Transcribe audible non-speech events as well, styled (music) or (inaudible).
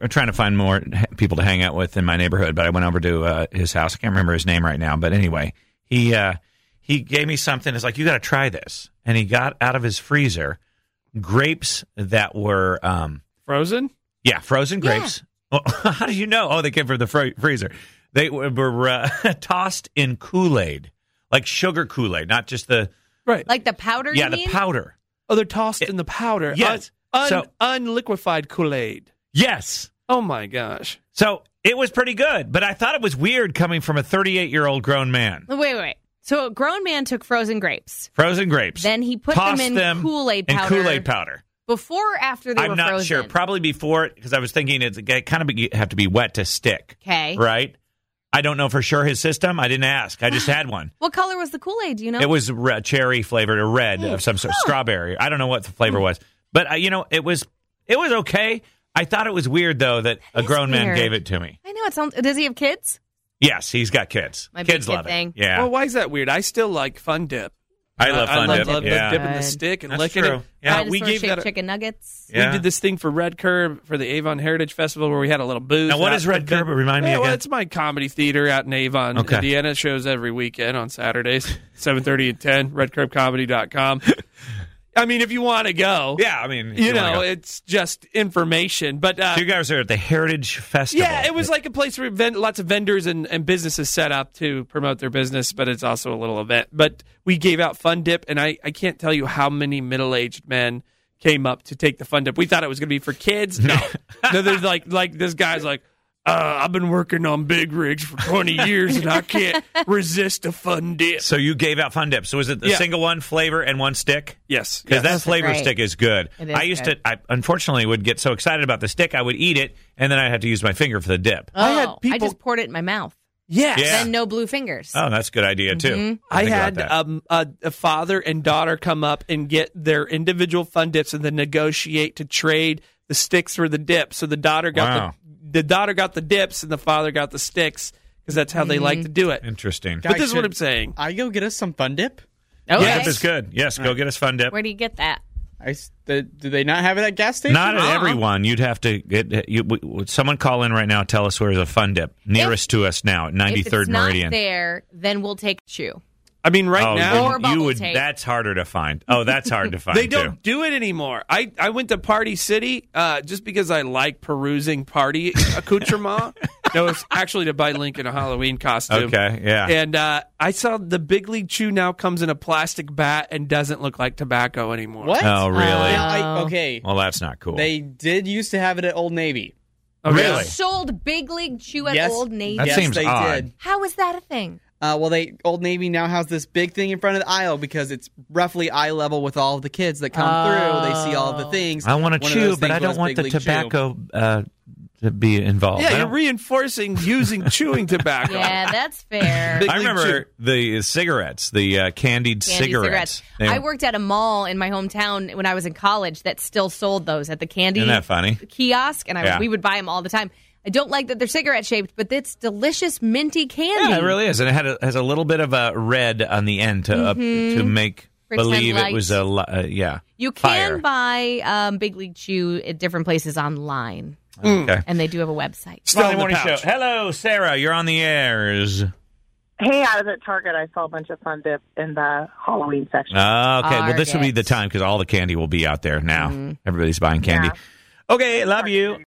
I'm trying to find more h- people to hang out with in my neighborhood, but I went over to uh, his house. I can't remember his name right now, but anyway, he uh, he gave me something. It's like you got to try this, and he got out of his freezer grapes that were um, Frozen? yeah frozen grapes. (laughs) Well, how do you know? Oh, they came from the fro- freezer. They were, were uh, (laughs) tossed in Kool Aid, like sugar Kool Aid, not just the Right. Like the powder. yeah you the mean? powder. oh, they're tossed in the powder. Yes. Un, un, So- unliquefied Kool Aid. Yes. Oh my gosh. So it was pretty good, but I thought it was weird coming from a 38 year old grown man. Oh, Wait, wait, wait. So a grown man took frozen grapes. Frozen grapes. Then he put tossed them in Kool-Aid in powder. Kool-Aid powder. Before or after they were I'm not frozen? sure. Probably before it, because I was thinking it's, it kind of be, have to be wet to stick, okay. right? I don't know for sure his system. I didn't ask. I (gasps) just had one. What color was the Kool Aid? Do you know? It was re- cherry flavored or red Oh, of some sort, strawberry. I don't know what the flavor Hmm. was, but uh, you know, it was it was okay. I thought it was weird though that, a is grown man weird. gave it to me. I know it sounds. Does he have kids? Yes, he's got kids. Might be a kids kid love thing. it. Yeah, Well, why is that weird? I still like Fun Dip. I love fun Oh, I dip. love yeah. dipping the Good. stick and That's licking true. it. Yeah. Uh, Dinosaur we gave shaped that. A, chicken nuggets. Yeah. We did this thing for Red Curb for the Avon Heritage Festival where we had a little booth. Now, what out is Red at the- Curb? Remind me Yeah, well, again. it's my comedy theater out in Avon, Okay. Indiana. It shows every weekend (laughs) on Saturdays, 7.30 and 10, redcurbcomedy.com. I mean, if you want to go, Yeah, I mean, if you, wanna know, go. it's just information. But uh, So you guys are at the Heritage Festival. Yeah, it was like a place where ven- lots of vendors and, and businesses set up to promote their business, but it's also a little event. But we gave out Fun Dip, and I, I can't tell you how many middle aged men came up to take the Fun Dip. We thought it was going to be for kids. No. (laughs) no, there's like, like this guy's like, uh, I've been working on big rigs for 20 years, and (laughs) I can't resist a Fun Dip. So you gave out Fun Dip. So was it the Yeah. single one flavor and one stick? Yes. Because that yes. flavor Right. stick is good. It is I used good. to, I unfortunately would get so excited about the stick, I would eat it, and then I'd have to use my finger for the dip. Oh, I had people- just poured it in my mouth. Yes. Yeah. Then no blue fingers. Oh, that's a good idea, too. I Think about Mm-hmm. had that. uh, um, a, a father and daughter come up and get their individual fun dips and then negotiate to trade the sticks for the dips. So the daughter got Wow. the, the daughter got the dips and the father got the sticks because that's how they like to do it. Interesting. But this is what should- I'm saying. I go get us some fun dip. okay. Fun Dip is good. Yes, go get us Fun Dip. Where do you get that? I s- the, do they not have it at gas station? Not at Uh-uh. everyone. You'd have to get you, w- w- someone call in right now. and Tell us where's a fun dip nearest to us now at ninety If third it's not Meridian. there, then we'll take chew. I mean, right oh, now Or you- you bubble would. tape. That's harder to find. Oh, that's hard (laughs) to find. they too. don't do it anymore. I, I went to Party City uh, just because I like perusing party (laughs) accoutrement. no, it's actually to buy Link in a Halloween costume. Okay, yeah. And uh, I saw the Big League Chew now comes in a plastic bat and doesn't look like tobacco anymore. What? Oh, really? Now, I, okay. well, that's not cool. They did used to have it at Old Navy. Okay. Really? Sold big league chew at Yes. Old Navy. That yes, seems they odd. did. How is that a thing? Uh, well, they Old Navy now has this big thing in front of the aisle because it's roughly eye level with all of the kids that come through. They see all Oh. of the things. I want One to of chew, those but things I don't was want Big the League Chew. tobacco uh, to be involved. I Yeah, you're don't- reinforcing using chewing tobacco. (laughs) Yeah, that's (laughs) fair. Big I League remember the cigarettes, the uh, candied Candy cigarettes. They- I worked at a mall in my hometown when I was in college that still sold those at the candy Isn't that funny? kiosk, and I, Yeah. we would buy them all the time. I don't like that they're cigarette shaped, but it's delicious minty candy. Yeah, it really is, and it had a, has a little bit of a red on the end to up, to make Pretend believe light. it was a li- uh, yeah. you can fire. buy um, Big League Chew at different places online, Okay. and they do have a website. Still in the Morning pouch. Show. Hello, Sarah. You're on the airs. Okay. Hey, I was at Target. I saw a bunch of fun dip in the Halloween section. Ah, Well, this would be Target. Mm-hmm. the time because all the candy will be out there now. Everybody's buying candy. Okay. Love you.